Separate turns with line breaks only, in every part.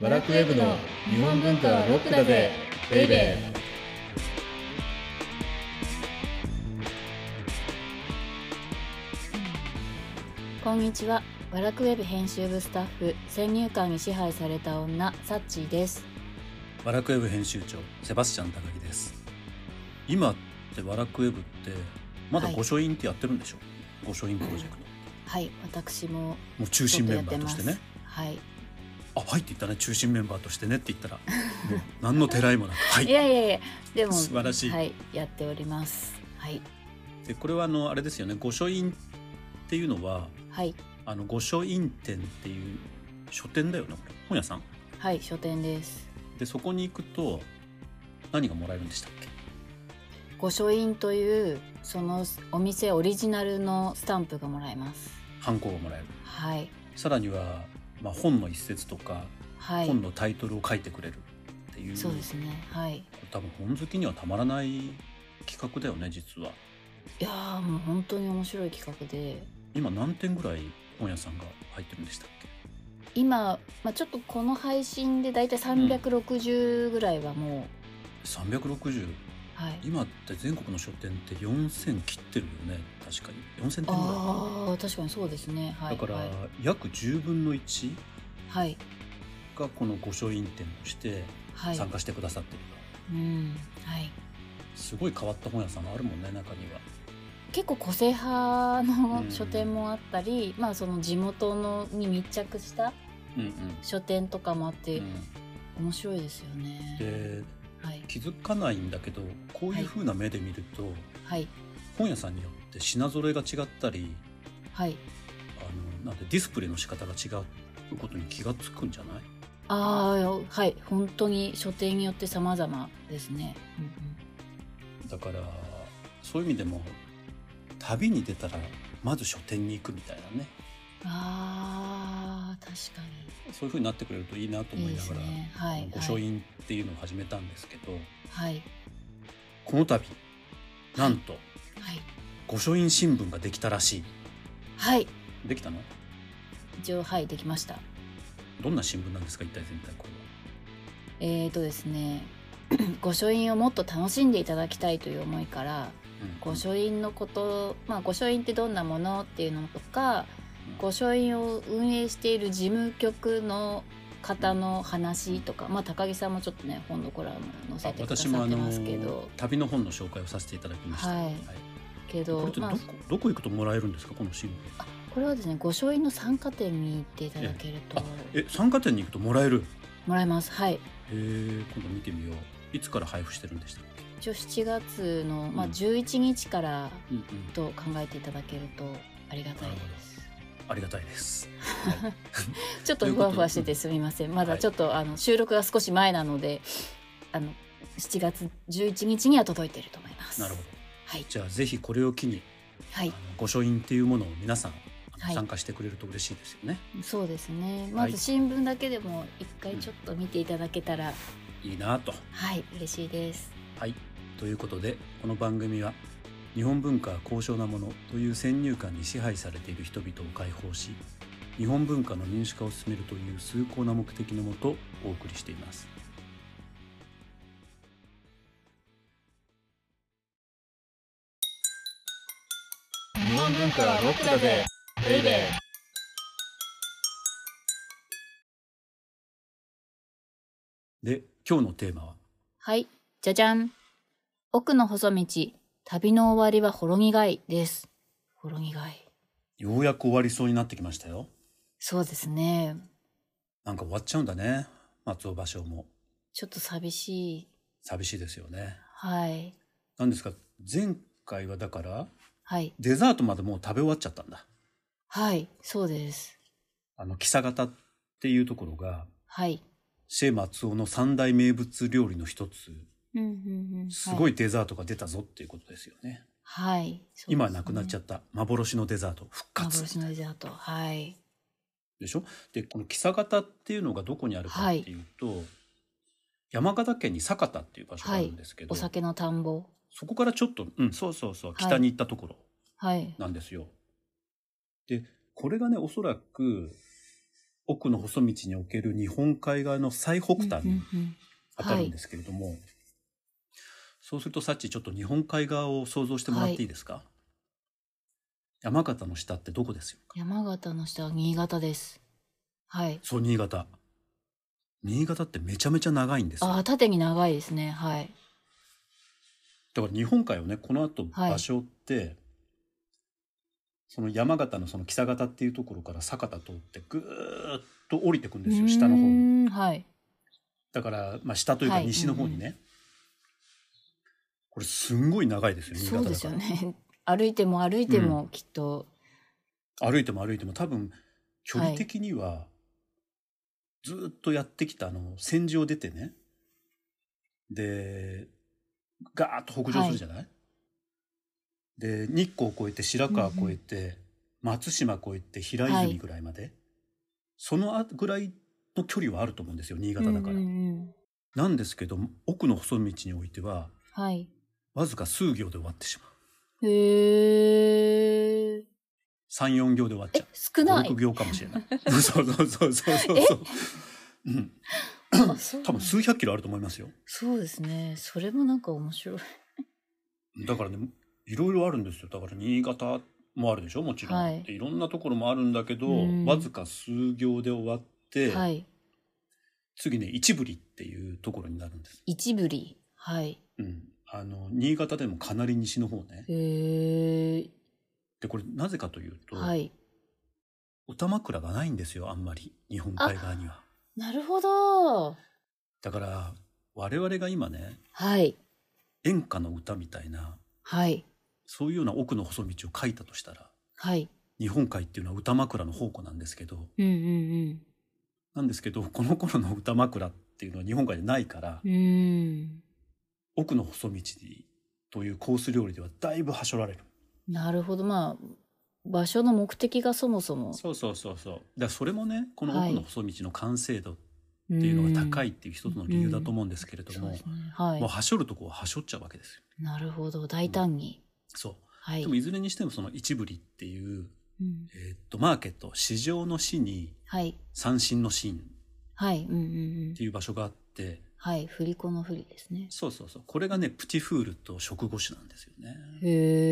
バラクウェブの日本文化はロックだぜベイベー
こんにちは。ワラクウェブ編集部スタッフ先入観に支配された女サッチーです。
ワラクウェブ編集長セバスチャン高木です今ってワラクウェブってまだ
はい
御書院ってやってるんでしょ、御書院プロジェクト、
はい、私も
もう中
ちょ
心
っと
メ
やっ
ンバ
て
ーと
ま
し
す。
てね
はい。
あ入っていったね中心メンバーとしてねって言ったらもう何のてらい もなくはい
いやいやいや、でも
素晴らしい
はい、やっております。はい
でこれはあのあれですよね御書院っていうのは
はい
あの御書院店っていう書店だよねこれ本屋さん
はい書店です。
でそこに行くと何がもらえるんでしたっけ
御書印というそのお店オリジナルのスタンプがもらえます。
ハンコがもらえる
はい
さらには、まあ、本の一節とか、
はい。
本のタイトルを書いてくれるっていう
そうですね。はい。
多分本好きにはたまらない企画だよね実はい
やーもう本当に面白い企画で。
今何点ぐらい本屋さんが入ってるんでしたっけ
今、まあ、ちょっとこの配信でだいたい360ぐらいはもう、
360
はい、
今って全国の書店って4000切ってるよね確かに4000点ぐら
ああ確かにそうですねはい
いだから
はい、
約10分の1
はい
がこの御書院展として
はい
参加してくださって
う
る、
んはい、
すごい変わった本屋さんがあるもんね中には
結構個性派の
うん
書店もあったり、まあその地元のに密着した
うん
書店とかもあっ
う
て、
ん、
面白いですよね、
で
はい
気づかないんだけどこういう風な目で見ると、
はい
本屋さんによって品揃えが違ったり
はい
あのなんてディスプレイの仕方が違うことに気がつくんじゃない
ああはい本当に書店によって様々ですね、うんうん
だからそういう意味でも旅に出たらまず書店に行くみたいなね
あー確か
そういう風になってくれるといいなと
に
思
いい
い
で
な
す
がら
ねはい
御書印っていうのを始めたんですけど、
はい
この度なんと
はい
御書印新聞ができたらし
はい
いできたの
一応はいできました
どんな新聞なんですか一体全体これは
えーとですね 御書印をもっと楽しんでいただきたいという思いから
うん
御書印のこと、まあ、御書印ってどんなものっていうのとか
うん
御書印を運営している事務局の方の話とか、まあ、高木さんもちょっとね本のコラム載せてくだ
私
さ
もあ
って
の
ますけど
旅の本の紹介をさせていただきました、
はいけ
これ
ど
ってど
ま
こ
あ、
どこ行くともらえるんですかこの新聞
これはですね御書印の参加店に行っていただけると
あえ参加店に行くともらえる
もらえますはい
えー、今度見てみよういつから配布してるんでしたっけ
一応7月の、まあ、
うん
11日から
うんうん
と考えていただけるとありがたいです。
ありがたい です
ちょっとふわふわしててすみません。まだちょっと、あの収録が少し前なので、あの7月11日には届いていると思います。
なるほど
はい
じゃあぜひこれを機に、
はい
あの御書印っていうものを皆さんあの
はい
参加してくれると嬉しいですよね、
そうですね。
は
ま
い
ず新聞だけでも一回ちょっと見ていただけたら、
い、いなと
はい嬉しいです。
はいということでこの番組は日本文化は高尚なものという先入観に支配されている人々を解放し日本文化の民主化を進めるという崇高な目的のもとお送りしています
日本文化はロックだぜベイベー
で今日のテーマは
はいじゃじゃん。奥の細道旅の終わりはほろ苦いです。ほろ苦い。
ようやく終わりそうになってきましたよ
そうですね。
なんか終わっちゃうんだね松尾芭蕉も
ちょっと寂しい。
寂しいですよね
はい
なんですか前回はだから
はい
デザートまでもう食べ終わっちゃったんだ
はいそうです。
あの木更方っていうところが
はい。
シェ松尾の三大名物料理の一つ
うんうんうん。
すご
い。
いデザートが出たぞっていうことですよね、
はい。
今なくなっちゃ
っ
った幻のデザート復活
幻のデザート。はい。
でしょでこの木更方っていうのがどこにあるかっていうと、山形県に酒田っていう場所があるんですけど、
お酒の田んぼ。
そこからちょっと、うん、そうそうそう
い
北に行ったところ、
はい。
なんですよ。で、これがね、おそらく、奥の細道における日本海側の最北端に当たるんですけれども、そうするとさっちちょっと日本海側を想像してもらっていいですか、山形の下ってどこですよ
山形の下は新潟です。はい。
そう新潟新潟ってめちゃめちゃ長いんですよ
ああ、縦に長いですね。はい。
だから日本海をねこの後
はい
場所って、その山形のその木佐方っていうところから酒田通ってぐーっと降りてくんですよ下の方
うー
に
んはい。
だから、まあ、下というか
はい
西の方にね、これすんごい長いですよ新
そ
潟だ
う
から
ですよね。 歩いても歩いてもきっと、
歩いても歩いても多分距離的には、ずーっとやってきたあの戦場を出てねでガーッと北上するじゃない、で日光越えて白川越えて、松島越えて平泉ぐらいまで、そのあぐらいの距離はあると思うんですよ新潟だから。
うんうんうん
なんですけど奥の細道においては
はい。
わずか数行で終わってしまう
へえ。
34行で終わっちゃう
え、少ない
56。行かもしれない そうそうそうそうそうそう、うん、
あそう
多分数百キロあると思いますよ
そうですね。それもなんか面白い。
だからねいろいろあるんですよだから新潟もあるでしょもちろん、
はい
でいろんなところもあるんだけど、
うん
わずか数行で終わって、
はい。
次ね一振りっていうところになるんです、
一ぶり。はい。
うん、あの新潟でもかなり西の方ね
へえ。
でこれなぜかというと、
はい。
おたまくらがないんですよあんまり日本海側には
なるほど。
だから我々が今ね
はい。
演歌の歌みたいな
はい。
そういうような奥の細道を書いたとしたら
はい。
日本海っていうのは歌枕の宝庫なんですけど
うんうん
なんですけど この頃の歌枕っていうのは日本海でないから、
うん。うん。
奥の細道というコース料理ではだいぶはしょられる
なるほど。まあ、場所の目的がそもそも。
そうそうそうそうだからそれもねこの
はい
奥の細道の完成度っ
って
ていうのが高
い
いっていう一つの理由だと思うんですけれど
そう
も、
ですね。は
もう
い。
はしょるとこははしょっちゃうわけですよ
なるほど。大胆に。
そう、
はい。
でもいずれにしてもその一振りっていう、
うん
えーっとマーケット市場の市に
はい。
三振のシーンっ
はい。うんうんうん
て。いう場所があって
はい。振り子の振りですね。
そうそうそうこれがねプチフールと食後酒なんですよね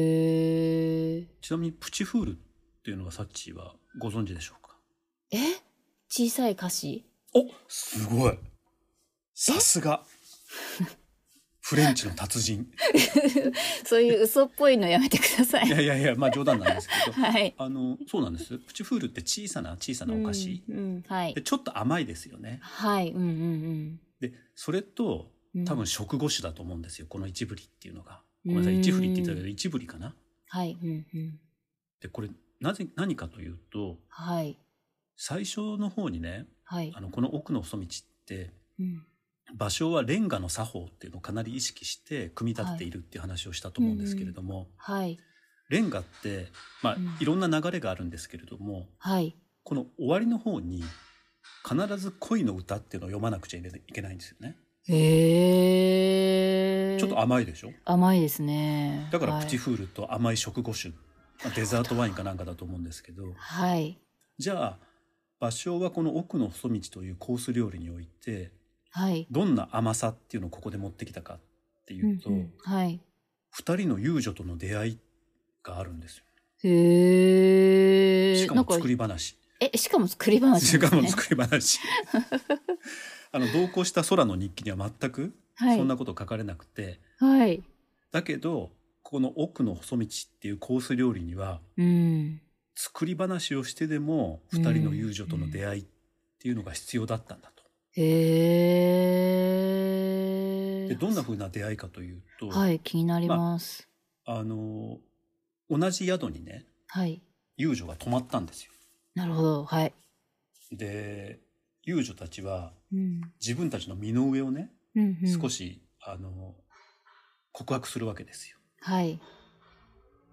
へえ。
ちなみにプチフールっていうのはサッチーはご存知でしょうか
え小さい歌詞
おすごいさすがフレンチの達人
そういう嘘っぽいのやめてくださ
い
い。
やいやいやまあ冗談なんですけど
はい。
あのそうなんですプチフールって小さな小さなお菓子、
うん、うんはい
で。ちょっと甘いですよね
はい。うんうん
でそれと
うんうん。
多分食後酒だと思うんですよこの一振りっていうのがごめんなさい
うん
一振りって言ったけど一振りかな
はい。うんうん。
でこれなぜ何かというと
はい。
最初の方にね
はい
あ。のこの奥の細道って
うん
場所はレンガの作法っていうのをかなり意識して組み立てているっていう話をしたと思うんですけれども、
はい。
レンガって、まあ
うん、
いろんな流れがあるんですけれども、
はい。
この終わりの方に必ず恋の歌っていうのを読まなくちゃいけないんですよね。
へえ。
ちょっと甘いでしょ
甘いですね。
だからプチ
はい。
フールと甘い食後酒、まあデザートワインかなんかだと思うんですけど、
はい。
じゃあ、芭蕉はこの奥の細道というコース料理において、
はい。
どんな甘さっていうのをここで持ってきたかっていうと、
うんうんはい。
二人の遊女との出会いがあるんですよ。
へえ。
しかも作
り。
り話。
え、しかも作り話
し
なんですね。
かも作り話。あの同行した空の日記には全く
はい。
そんなこと書かれなくて、
はい。
だけどこの奥の細道っていうコース料理には
うん。
作り話をしてでも二人の遊女との出会いっていうのが必要だったんだと。
へえ。
でどんな風な出会いかというと、
はい、気になります。
あの同じ宿にね
はい。
遊女が泊まったんですよ。
なるほど。はい。
で遊女たちは
うん。
自分たちの身の上をね
うん、うん。
少
し。
し、あの告白するわけですよ。
はい。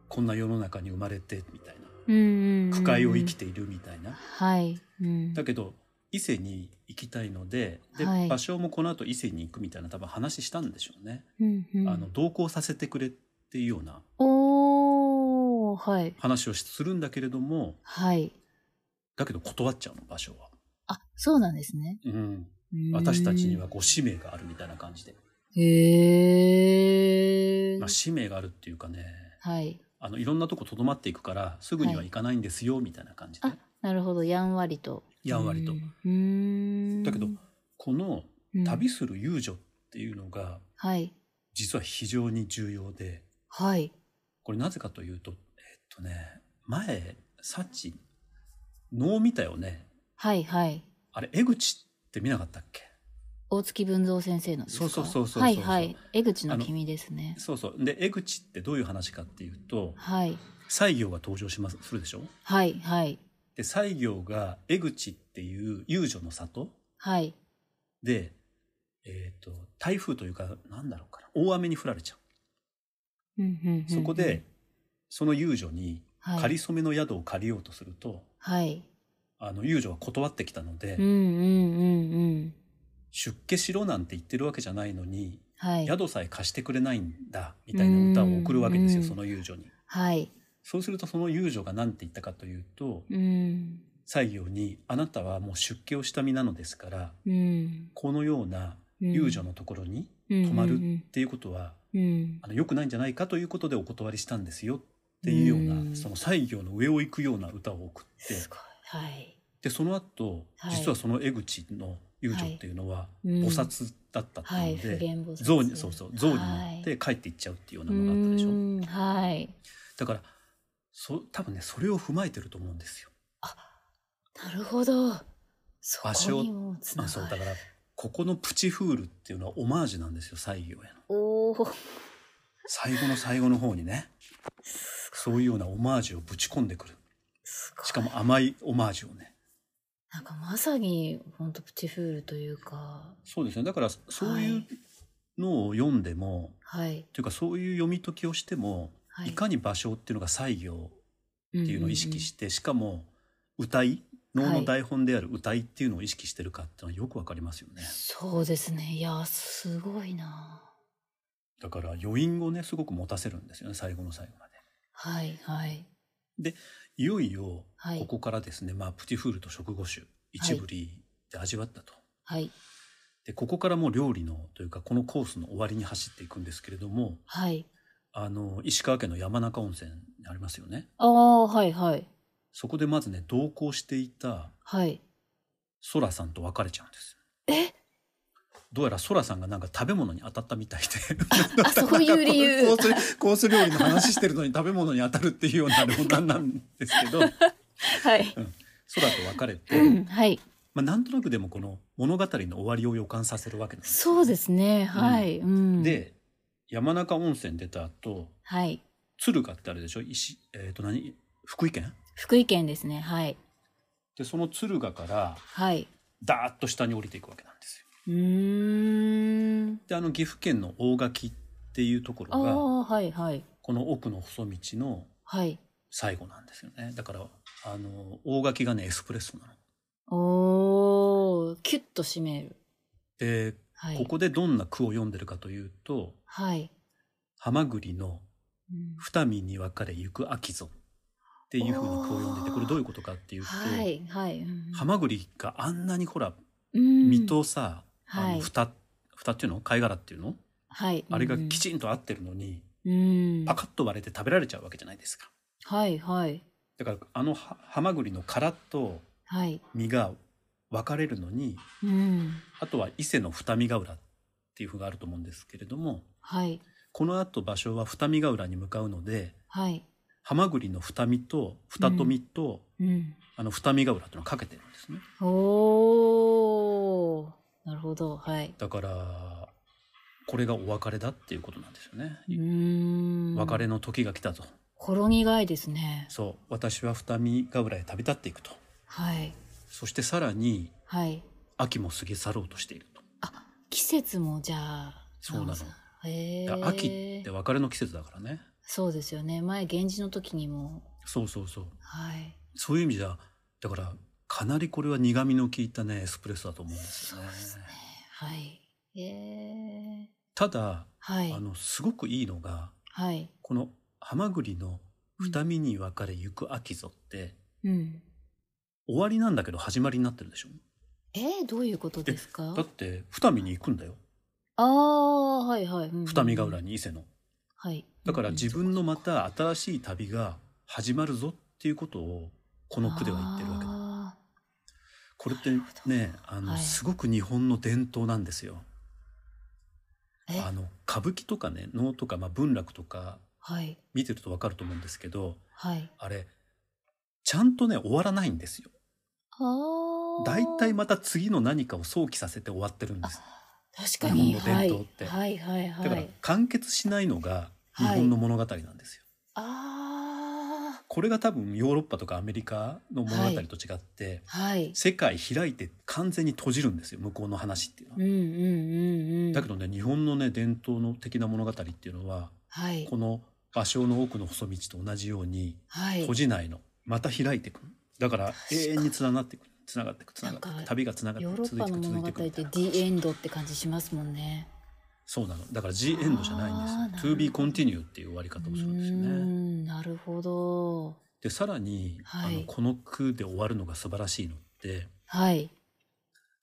こんな世の中に生まれてみたいな
うんうん、うん。
苦界を生き
て。
ているみたいな。
はい。うん。
だけど伊勢に行きたいのでで、
はい
場所もこの後伊勢に行くみたいな多分話したんでしょうね、
うんうん、
あの同行させてくれっていうような
おー、はい。
話をするんだけれども
はい。
だけど断っちゃうの場所は
あ、そうなんですね。
うん、
うーん
私たちには。こう使命があるみたいな感じで、
へえ。
まあ、使命があるっていうかね
はい。
あのいろんなとこ留まっていくからすぐには行かないんですよ、みたいな感じで
あ、なるほど。やんわりと。
やんわりと。
うーん。
だけどこの
うん、
旅する遊女っていうのが
はい。
実は非常に重要で
はい。
これなぜかというとえっとね前サチ能見たよね
はい。はい。
あれ江口って見なかったっけ
大月文蔵先生のですか。
そうそうそうそうそう
はい。はい。江口の君ですね。
そうそうで江口ってどういう話かっていうと
はい。
西行が登場しますするでしょ
はい。はい。
で西行が江口っていう遊女の里
はい。
で、えー、と台風というかなんだろうかな大雨に降られちゃ
うんうんうんうん
うそこで、、その遊女に
は
仮
い。
初めの宿を借りようとすると、
はい。
あの遊女は断ってきたので、
うんうんうんうん。
出家しろなんて言ってるわけじゃないのに、
はい。
宿さえ貸してくれないんだみたいな歌を送るわけですよ、
うん
その遊女に。
はい。
そうするとその遊女が何て言ったかというと
うん。
西行に「あなたはもう出家をした身なのですから
うん。
このような遊女のところに
止
泊まるっていうことは、
うん。
あの良くないんじゃないかということでお断りしたんですよっていうような、
うん
その西行の上を行くような歌を送って
すごい。はい。
でその後、
はい
実はその江口の遊女っていうのは
うん
菩薩だったって
は
いう
い。
ので、
不言菩薩。
象にそうそう象に乗っ
はい
て帰っていっちゃうっていうよ
う
うなのがあったでしょ、
んはい。
だからそ多分ねそれを踏まえてると思うんですよ
なるほど。そ
場
こ
所
にもつな
あそう
が
だ
る。
からここのプチフールっていうのはオマージュなんですよ西行への
おお。
最後の最後の方にね
す
そういうようなオマージュをぶち込んでくる
すごい。
しかも甘いオマージュをね
なんかまさに本当プチフールというか、
そうですねだからそうい
は
うのを読んでも、
はい。
というかそういう読み解きをしても、、
はい
かに場所っていうのが西行
っ
っていうのを意識して、しかも歌い能の台本である歌いっていうのを意識してるかっていうのはよくわかりますよね、
そうですね。いや、すごいな。
だから余韻をねすごく持たせるんですよね最後の最後まで
はいはい
いよいよ
はい
ここからですね、まあプティフールと食後酒一部リで味わったと、
はい
でここからもう料理のというかこのコースの終わりに走っていくんですけれども
はい。
あの石川県の山中温泉にありますよね
ああはいはい
そこでまずね同行していた
はい。
ソラさんと別れちゃうんです
え
どうやらソラさんがなんか食べ物に当たったみたいで
あそういう理由
コースコース料理の話してるのに食べ物に当たるっていうような冗談なんですけど
はい。
ソラと別れて、
うん はい。
まあ、なんとなくでもこの物語の終わりを予感させるわけなんですよ
そうですね。はい。うん。、
で山中温泉出た後
はい。
敦賀ってあれでしょ石えっ、と何福井県
福井県ですね。はい。
でその敦賀から
はい。
ダーッと下に降りていくわけなんですよ
うーん。
であの岐阜県の大垣っていうとこ
あ
ろが
あ、はいはい。
この奥の細道の
はい。
最後なんですよねだからあの大垣がねエスプレッソなの
おー、キュッと締める。
で、
はい。
ここでどんな句を読んでるかというと
はい。
「ハマグリの
うん
二身に分かれ行く秋ぞ」っていうふうに句を読んでて
おー
これどういうことかっていうと、
はいはい。うん
ハマグリがあんなにほら
うん
身とさ、あ
は
の
い
蓋蓋っていうの貝殻っていうの
はい。
あれがきちんと合ってるのに、
うん。
パカッと割れて食べられちゃうわけじゃないですか。
はいはい。
だからあのハハマグリの殻と
はい。
身が分かれるのに
うん。
あとは伊勢の二見ヶ浦っていうふうがあると思うんですけれども
はい。
このあと場所は二見ヶ浦に向かうので
はい。
ハマグリの二見と二富と、
うん。
あの二見ヶ浦っていうのをかけてるんですね
おー。なるほど。はい。
だからこれがお別れだっていうことなんですよね、
うーん。
別れの時が来たと
ほろ苦いですね。
そう私は二見ヶ浦へ旅立っていくと
はい。
そしてさらに
はい。
秋も過ぎ去ろうとしていると
あ、季節もじゃあ。
そうなの
おさん。へえ。
だから秋って別れの季節だからね
そうですよね。前、源氏の時にも。
そうそうそう
はい。
そういう意味じゃだからかなりこれは苦味の効いたねエスプレッソだと思うんですよね
はい。へえ。
ただ
はい
あ。のすごくいいのが
はい。
この「ハマグリの二見に分かれ行く秋ぞ」って、
うん。
終わりなんだけど始まりになってるでしょ
えー、どういうことですか
だって二見に行くんだよ
ああはいはい、うん
二見ヶ浦に伊勢の
はい
だから
うん
自分のまた新しい旅が始まるぞっていうことをこの句では言ってるわけだ
あ
これってねあの、
はい
すごく日本の伝統なんですよ
ーえ
あの歌舞伎とかね能とか、まあ、文楽とか
はい
見てると分かると思うんですけど
はい
あれちゃんとね終わらないんですよ
ああ
大体また次の何かを想起させて終わってるんです
確かに
日本の伝統って
はい、はいはいは
だから
い
完結しないのが日本の物語なんですよ、
ああ
これが多分ヨーロッパとかアメリカの物語と違って、
はい
世界開いて完全に閉じるんですよ向こうの話っていうの
う
は
ん、うんうんうん
だけどね日本のね伝統の的な物語っていうのは
はい
この芭蕉の奥の細道と同じように
はい
閉じないのまた開いていくだから
確かに
永遠につながっていくつながっていくつながってい
なん
く
か
旅がつながってい
ヨー
く
ロッパの
続
物
い
語
て
っ
いく続いて
て
いく
D エンドって感じしますもんね。
そうなのだから G エンドじゃないんですよ
あー
To be continue っていう終わり
う
方をするんですよ
ー
ね
んなるほど。
でさらに、
はい
あのこの句で終わるのが素晴らしいのって
はい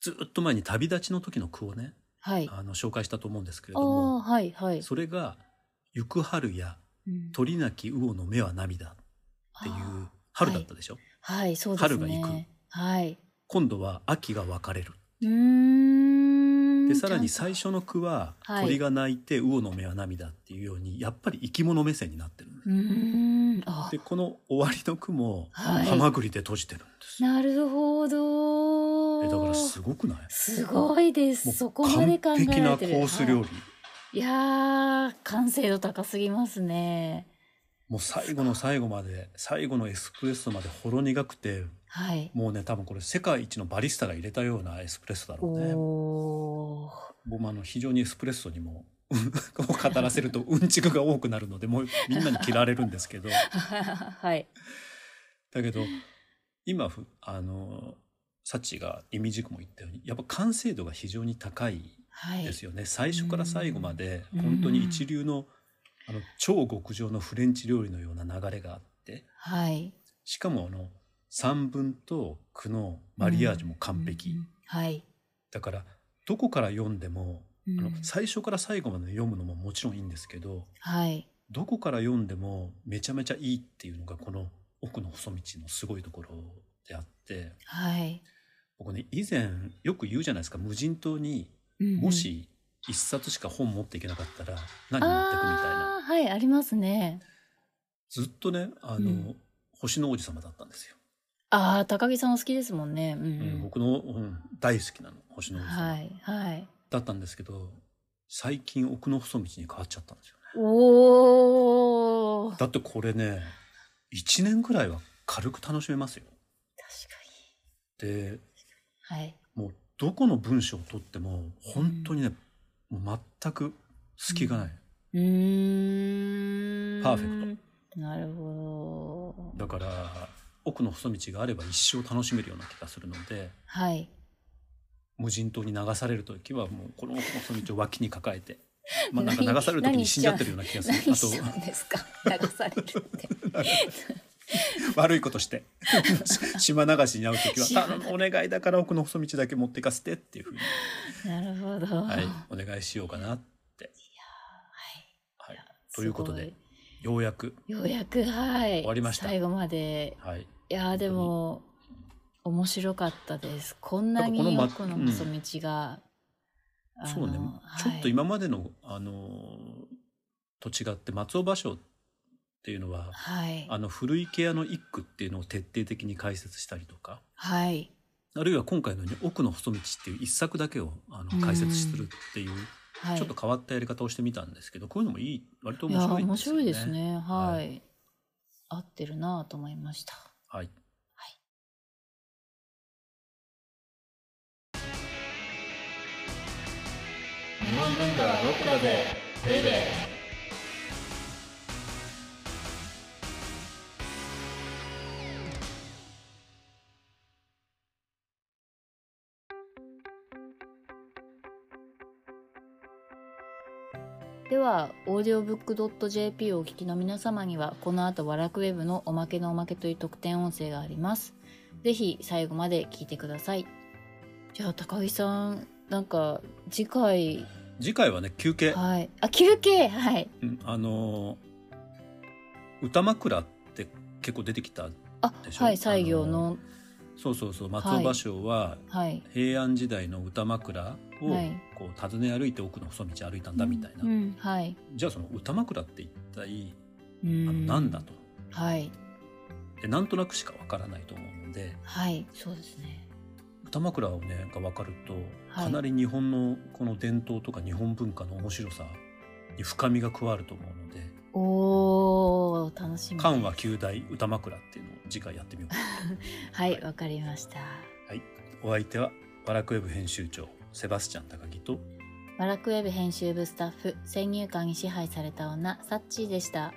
ずっと前に旅立ちの時の句をね
はい。
あの紹介したと思うんですけれ
あ
ど
あ
も
はいはい。
それが「行く春や
うん
鳥なき魚の目は涙」ってい
あ
う春だったでしょ、
あはいそうですね。
春が行く
はい。
今度は秋が別れる
うーん。
でさらに
ちゃん
最初の句は「
はい
鳥が鳴いて魚の目は涙」っていうようにやっぱり生き物目線になってるんです
うーんあ
でこの終わりの句も
はい
ハマグリで閉じてるんです、
なるほど。
えだからすごくない
すごいで
も
す。
う
そこまで考え
完璧
ら
な
れ
コ
てる。
ース料理、
はいいやー完成度高すぎますね。
もう最後の最後まで最後のエスプレッソまでほろ苦くて
はい。
もうね多分これ世界一のバリスタが入れたようなエスプレッソだろうね
お ー。
僕もあの非常にエスプレッソにも うんこう語らせるとうんちくが多くなるのでもうみんなに嫌われるんですけど
はい。
だけど今ふあのサチがイミジクも言ったようにやっぱ完成度が非常に高い
はい。
ですよね、最初から最後まで
うん
本当に一流の,、あの超極上のフレンチ料理のような流れがあって
はい。
しかもあの三文と句のマリアージュも完璧、
うん。はい。
だからどこから読んでも、あの
うん
最初から最後まで読むのももちろんいいんですけど
はい。
どこから読んでもめちゃめちゃいいっていうのがこの奥の細道のすごいところであって
はい。
僕ね以前よく言うじゃないですか無人島に
うんうん
も、し一冊しか本持っていけなかったら何持ってくみたいな
ああー、はい、ありますね。
ずっとねあの、
うん
星の王子様だったんですよ、
ああ、高木さんお好きですもんね。うん
う
うんん。
僕の、うん大好きなの星の王子様、
はい。はい。
だったんですけど最近奥の細道に変わっちゃったんですよね
おお。確か
だってこれね1年ぐらいは軽く楽しめますよで
に。はい。
もうどこの文章を取っても本当にね、もう全く隙がない、
うーん。
パーフェ
クト。なるほど。
だから奥の細道があれば一生楽しめるような気がするので
はい。
無人島に流される時はもうこの奥の細道を脇に抱えてまあなんか流される時に死んじゃってるような気がする
何
あ
しちゃうんです か流されるって。
と悪いことして 島流しに遭う時
島
は「頼むお願いだから奥の細道だけ持っていかせて」っていうふうに、
なるほど。
はい
は、
お願いしようかな、
い
はい
や
ということですようやく、
ごいようやくはい
終わりました
最後まで
はい、
いやーでも面白かったですこんなに
なんか
多
こ
く
のま
の細道が、あの
そうね、ちょっと今までの、あのーと違って松尾芭蕉っていうのは、
はいは
あ
い、
の古池屋の一句っていうのを徹底的に解説したりとか
はい、
あるいは今回のように「奥の細道」っていう一作だけをあ
うん
の解説するっていう、
はい
ちょっと変わったやり方をしてみたんですけどこういうのもいい割と
い
面
やー
白い
面
んですよ
白
ね。
いですねはい、
は
合ってるなぁと思いました
はい
日本文化はロックだぜベイベー
では audiobook.jp をお聞きの皆様にはこの後和楽ウェブのおまけのおまけという特典音声がありますぜひ最後まで聞いてくださいじゃあ高木さんなんか次回
次回はね休憩、
はいあ休憩はい
うんあのー歌枕って結構出てきた
あ
でしょ
はい西行の
そうそうそう松尾芭蕉は
はい
平安時代の歌枕を
はい
こう訪ね歩いて奥の細道歩いたんだみたいな、
うん
はい
じゃあその歌枕って一体
あ
あの
の
なんだと、
はい
でなんとなくしかわからないと思うので
はいそうですね
歌枕をねが分かると
はい
かなり日本のこの伝統とか日本文化の面白さに深みが加わると思うので
おお楽し
「
み
漢和九大歌枕」っていうのを次回やってみよう
はいわかりました
お相手はワラクウェブ編集長セバスチャン高木と
ワラクウェブ編集部スタッフ先入観に支配された女サッチーでした